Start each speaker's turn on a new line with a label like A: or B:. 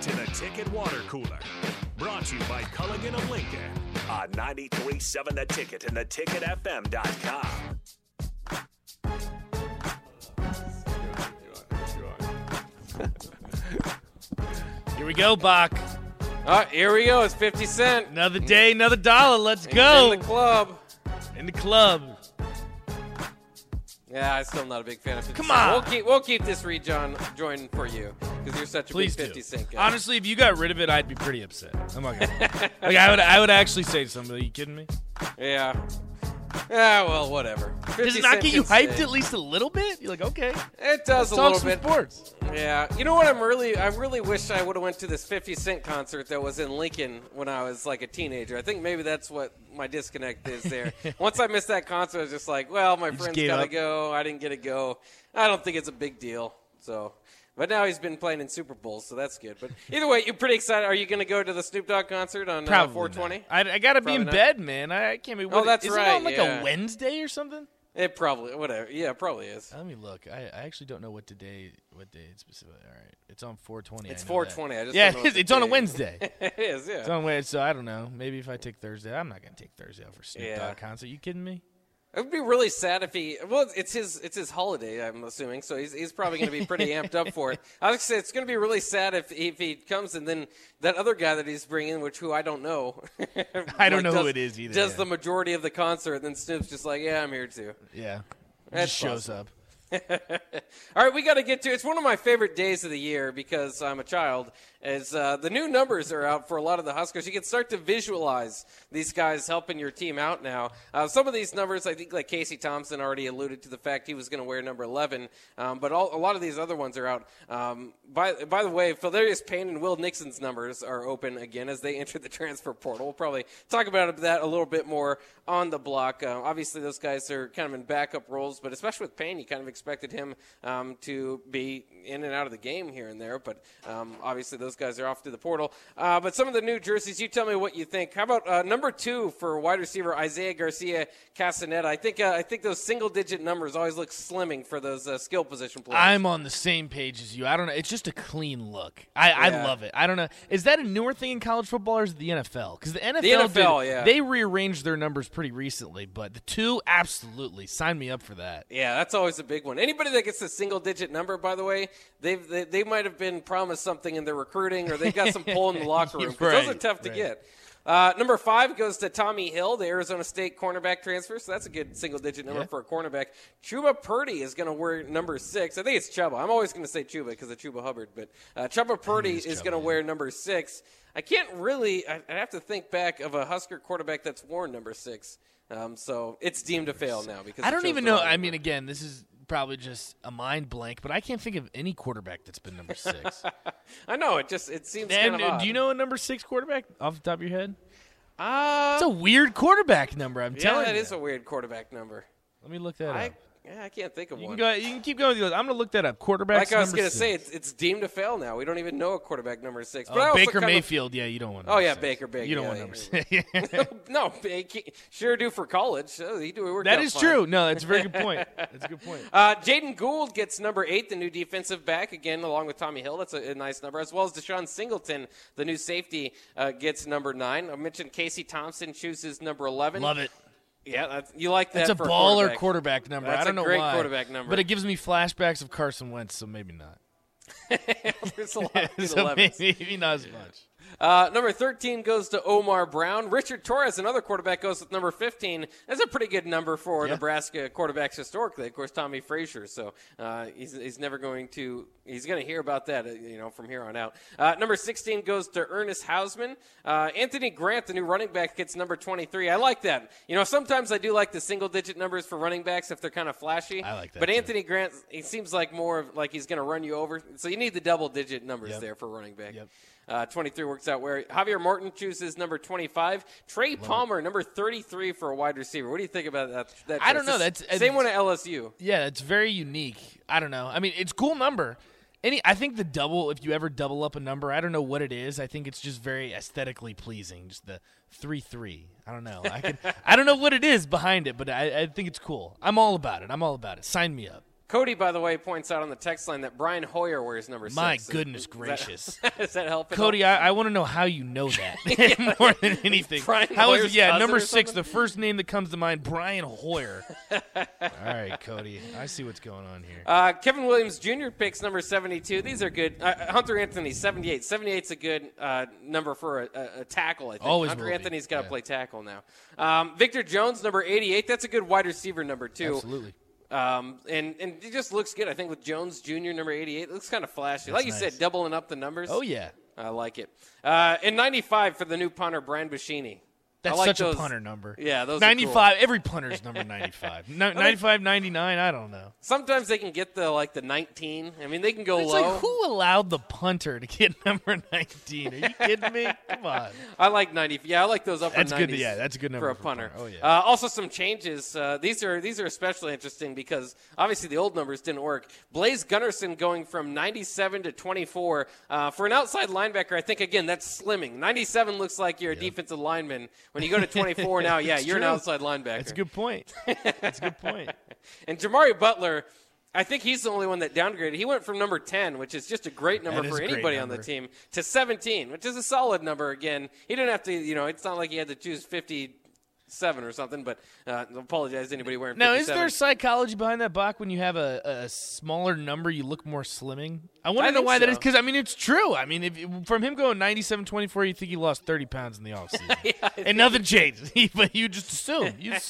A: Ticket Water Cooler. Brought to you by Culligan of Lincoln on 937 The Ticket and theticketfm.com.
B: Here we go, Bach.
C: All right, here we go. It's 50 Cent.
B: Another day, another dollar. Let's go.
C: In the club.
B: In the club.
C: Yeah, I'm still not a big fan of 50
B: Come
C: Cent.
B: on.
C: We'll keep, we'll keep this rejoin join for you because you're such a
B: Please
C: big 50
B: do.
C: Cent guy.
B: Honestly, if you got rid of it, I'd be pretty upset. I'm not gonna. like I would, I would actually say to somebody, "Are you kidding me?"
C: Yeah. Yeah, well, whatever. 50
B: Does it not
C: Cent
B: get you
C: can
B: hyped
C: stay.
B: at least a little bit? You're like, okay,
C: It does a
B: talk
C: little
B: some
C: bit.
B: sports.
C: Yeah. You know what? I'm really, I really wish I would have went to this 50 Cent concert that was in Lincoln when I was like a teenager. I think maybe that's what my disconnect is there. Once I missed that concert, I was just like, well, my
B: just
C: friends
B: gave
C: gotta
B: up.
C: go. I didn't get to go. I don't think it's a big deal. So, but now he's been playing in Super Bowls, so that's good. But either way, you're pretty excited. Are you going to go to the Snoop Dogg concert on uh,
B: Probably
C: 420?
B: not. I, I gotta be
C: Probably
B: in
C: not. Oh,
B: bed, man. I, I can't be. what-
C: that's
B: isn't It
C: right,
B: on like
C: yeah.
B: a Wednesday or something.
C: It probably, whatever. Yeah, it probably is.
B: Let me look. I, I actually don't know what today, what day it's specifically. All right, it's on 420.
C: It's
B: I know that.
C: 420. I just
B: Yeah,
C: don't know
B: it is.
C: what
B: It's
C: the
B: on a
C: day is.
B: Wednesday.
C: it is. Yeah.
B: It's on Wednesday, Oh, so I don't know. Maybe if I take Thursday, I'm not gonna take Thursday off for Snoop
C: Yeah.
B: Dogg concert. You kidding me?
C: It would be really sad if he. Well, it's his it's his holiday. I'm assuming, so he's, he's probably going to be pretty amped up for it. I was gonna say it's going to be really sad if if he comes and then that other guy that he's bringing, which who I don't know.
B: I don't know
C: does,
B: who it is either,
C: Does
B: yeah.
C: the majority of the concert, and then Snoop's just like, yeah, I'm here too.
B: Yeah, It
C: That's
B: just shows
C: possible.
B: up.
C: All right, we got to get to. It's one of my favorite days of the year because I'm a child. Is uh, the new numbers are out for a lot of the Huskers. You can start to visualize these guys helping your team out now. Uh, some of these numbers, I think, like Casey Thompson already alluded to the fact he was going to wear number 11, um, but all, a lot of these other ones are out. Um, by by the way, Valerius Payne and Will Nixon's numbers are open again as they enter the transfer portal. We'll probably talk about that a little bit more on the block. Uh, obviously, those guys are kind of in backup roles, but especially with Payne, you kind of expected him um, to be in and out of the game here and there. But um, obviously, those guys are off to the portal. Uh, but some of the new jerseys, you tell me what you think. How about uh, number two for wide receiver Isaiah Garcia Castaneda? I think uh, I think those single digit numbers always look slimming for those uh, skill position players.
B: I'm on the same page as you. I don't know. It's just a clean look. I, I
C: Yeah.
B: love it. I don't know. Is that a newer thing in college football or is it the NFL? Because the NFL,
C: NFL,
B: did-
C: yeah.
B: they rearranged their numbers pretty recently, but the two, absolutely. Sign me up for that.
C: Yeah, that's always a big one. Anybody that gets a single digit number, by the way, they've, they they might have been promised something in their recruiting or they've got some pull in the locker room. 'cause those are
B: Right,
C: tough to
B: right.
C: get. Uh, number five goes to Tommy Hill, the Arizona State cornerback transfer. So that's a good single digit number
B: Yeah.
C: for a cornerback. Chuba Purdy is going to wear number six. I think it's Chuba. I'm always going to say Chuba because of Chuba Hubbard, but uh, Chuba Purdy is going to wear number six. I can't really. I, I have to think back of a Husker quarterback that's worn number six. Um, so it's deemed a fail now because
B: I
C: it
B: don't
C: shows
B: even
C: the
B: know.
C: wrong
B: I
C: number.
B: mean, again, this is probably just a mind blank, but I can't think of any quarterback that's been number six.
C: I know it just it seems
B: and
C: kind of
B: uh,
C: odd.
B: do you know a number six quarterback off the top of your head?
C: Uh,
B: It's a weird quarterback number, I'm
C: yeah,
B: telling
C: that
B: you.
C: is a weird quarterback number.
B: Let me look that
C: I
B: up.
C: yeah, I can't think of
B: You
C: one.
B: can, go, you can keep going with yours. I'm going to look that up. Quarterback
C: like I was
B: going
C: gonna
B: to
C: say, it's, it's deemed a fail now. We don't even know a quarterback number six.
B: Oh,
C: But I also
B: Baker
C: kind of-
B: Mayfield, yeah, you don't want.
C: Oh,
B: number
C: yeah,
B: six.
C: Baker, Baker,
B: You don't
C: yeah,
B: want
C: yeah,
B: number
C: yeah.
B: six. Yeah.
C: no, he can't- sure do for college. Oh, he do work.
B: that
C: out
B: is
C: fine.
B: true. No, that's a very good point. That's a good point.
C: Uh, Jaden Gould gets number eight, the new defensive back, again, along with Tommy Hill. That's a, a nice number, as well as Deshaun Singleton, the new safety, uh, gets number nine. I mentioned Casey Thompson chooses number 11.
B: Love it.
C: Yeah, that's, you like that.
B: That's
C: for
B: a baller quarterback,
C: quarterback.
B: number.
C: That's
B: I
C: a
B: don't know
C: great
B: why.
C: quarterback number.
B: but it gives me flashbacks of Carson Wentz, so maybe not.
C: There's a lot of good
B: so
C: 11s.
B: maybe, maybe not as much.
C: Uh, number 13 goes to Omar Brown. Richard Torres, another quarterback, goes with number 15. That's a pretty good number for
B: Yeah.
C: Nebraska quarterbacks historically. Of course, Tommy Frazier. So uh, he's, he's never going to he's going to hear about that, uh, you know, from here on out. Uh, number 16 goes to Ernest Hausman. Uh, Anthony Grant, the new running back, gets number 23. I like that. You know, sometimes I do like the single digit numbers for running backs if they're kind of flashy.
B: I like that,
C: But
B: too.
C: Anthony Grant, he seems like more of like he's going to run you over. So you need the double digit numbers
B: Yep.
C: there for running back.
B: Yep.
C: Uh, 23 works out where Javier Martin chooses number 25. Trey Palmer, number 33 for a wide receiver. What do you think about that? that
B: I don't
C: choice?
B: know. That's-
C: same one at LSU.
B: Yeah, it's very unique. I don't know. I mean, it's cool number. Any, I think the double. If you ever double up a number, I don't know what it is. I think it's just very aesthetically pleasing. Just the three three. I don't know. I can. I don't know what it is behind it, but I, I think it's cool. I'm all about it. I'm all about it. Sign me up.
C: Cody, by the way, points out on the text line that Brian Hoyer wears number
B: My
C: six. Is-
B: goodness
C: is that-
B: gracious.
C: Does that help? at all?
B: Cody, I, I want to know how you know that more than anything.
C: Brian
B: how is-
C: Hoyer's
B: yeah
C: cousin
B: number
C: or
B: six?
C: something?
B: The first name that comes to mind, Brian Hoyer. All right, Cody, I see what's going on here.
C: Uh, Kevin Williams Jr. picks number 72. These are good. Uh, Hunter Anthony, 78. 78's a good uh, number for a, a, a tackle, I think.
B: Always
C: Hunter
B: will be,
C: Anthony's got to
B: yeah.
C: play tackle now. Um, Victor Jones, number 88. That's a good wide receiver number, too.
B: Absolutely.
C: Um, and, and it just looks good, I think, with Jones Jr., number 88. It looks kind of flashy. like you
B: nice.
C: said, doubling up the numbers.
B: Oh yeah,
C: I like it. Uh, and 95 for the new punter, Brian Bushini.
B: that's
C: I like
B: such
C: those-
B: a punter number.
C: Yeah, those are cool.
B: ninety-five. Every punter's number ninety-five. No, 95, 99, I don't know.
C: Sometimes they can get the like the 19. I mean, they can go
B: It's
C: low.
B: like who allowed the punter to get number nineteen? Are you kidding me? Come on.
C: I like 90. Yeah, I like those upper
B: That's
C: 90s.
B: good to- yeah, that's a good number
C: for a
B: for a
C: punter.
B: punter. Oh, yeah.
C: Uh, also some changes. Uh, these are these are especially interesting because obviously the old numbers didn't work. Blaze Gunnarsson going from 97 to 24 uh, for an outside linebacker. I think again that's slimming. 97 looks like you're a defensive lineman. When you go to 24 now, yeah,
B: It's
C: you're an
B: true.
C: outside linebacker.
B: That's a good point. That's a good point.
C: And Jamari Butler, I think he's the only one that downgraded. He went from number 10, which is just a great number
B: That is
C: for
B: a great
C: anybody on the
B: number.
C: team, to 17, which is a solid number again. He didn't have to, you know, it's not like he had to choose 57 or something, but uh, I apologize to anybody wearing
B: Now, is
C: 57.
B: there psychology behind that, Bach? When you have a, a smaller number, you look more slimming. I want
C: I
B: to know
C: think
B: why that is
C: so.
B: because uh, I mean it's true. I mean, if, from him going 97, 24, you think he lost thirty pounds in the offseason, and nothing changed. but you just assume you assume.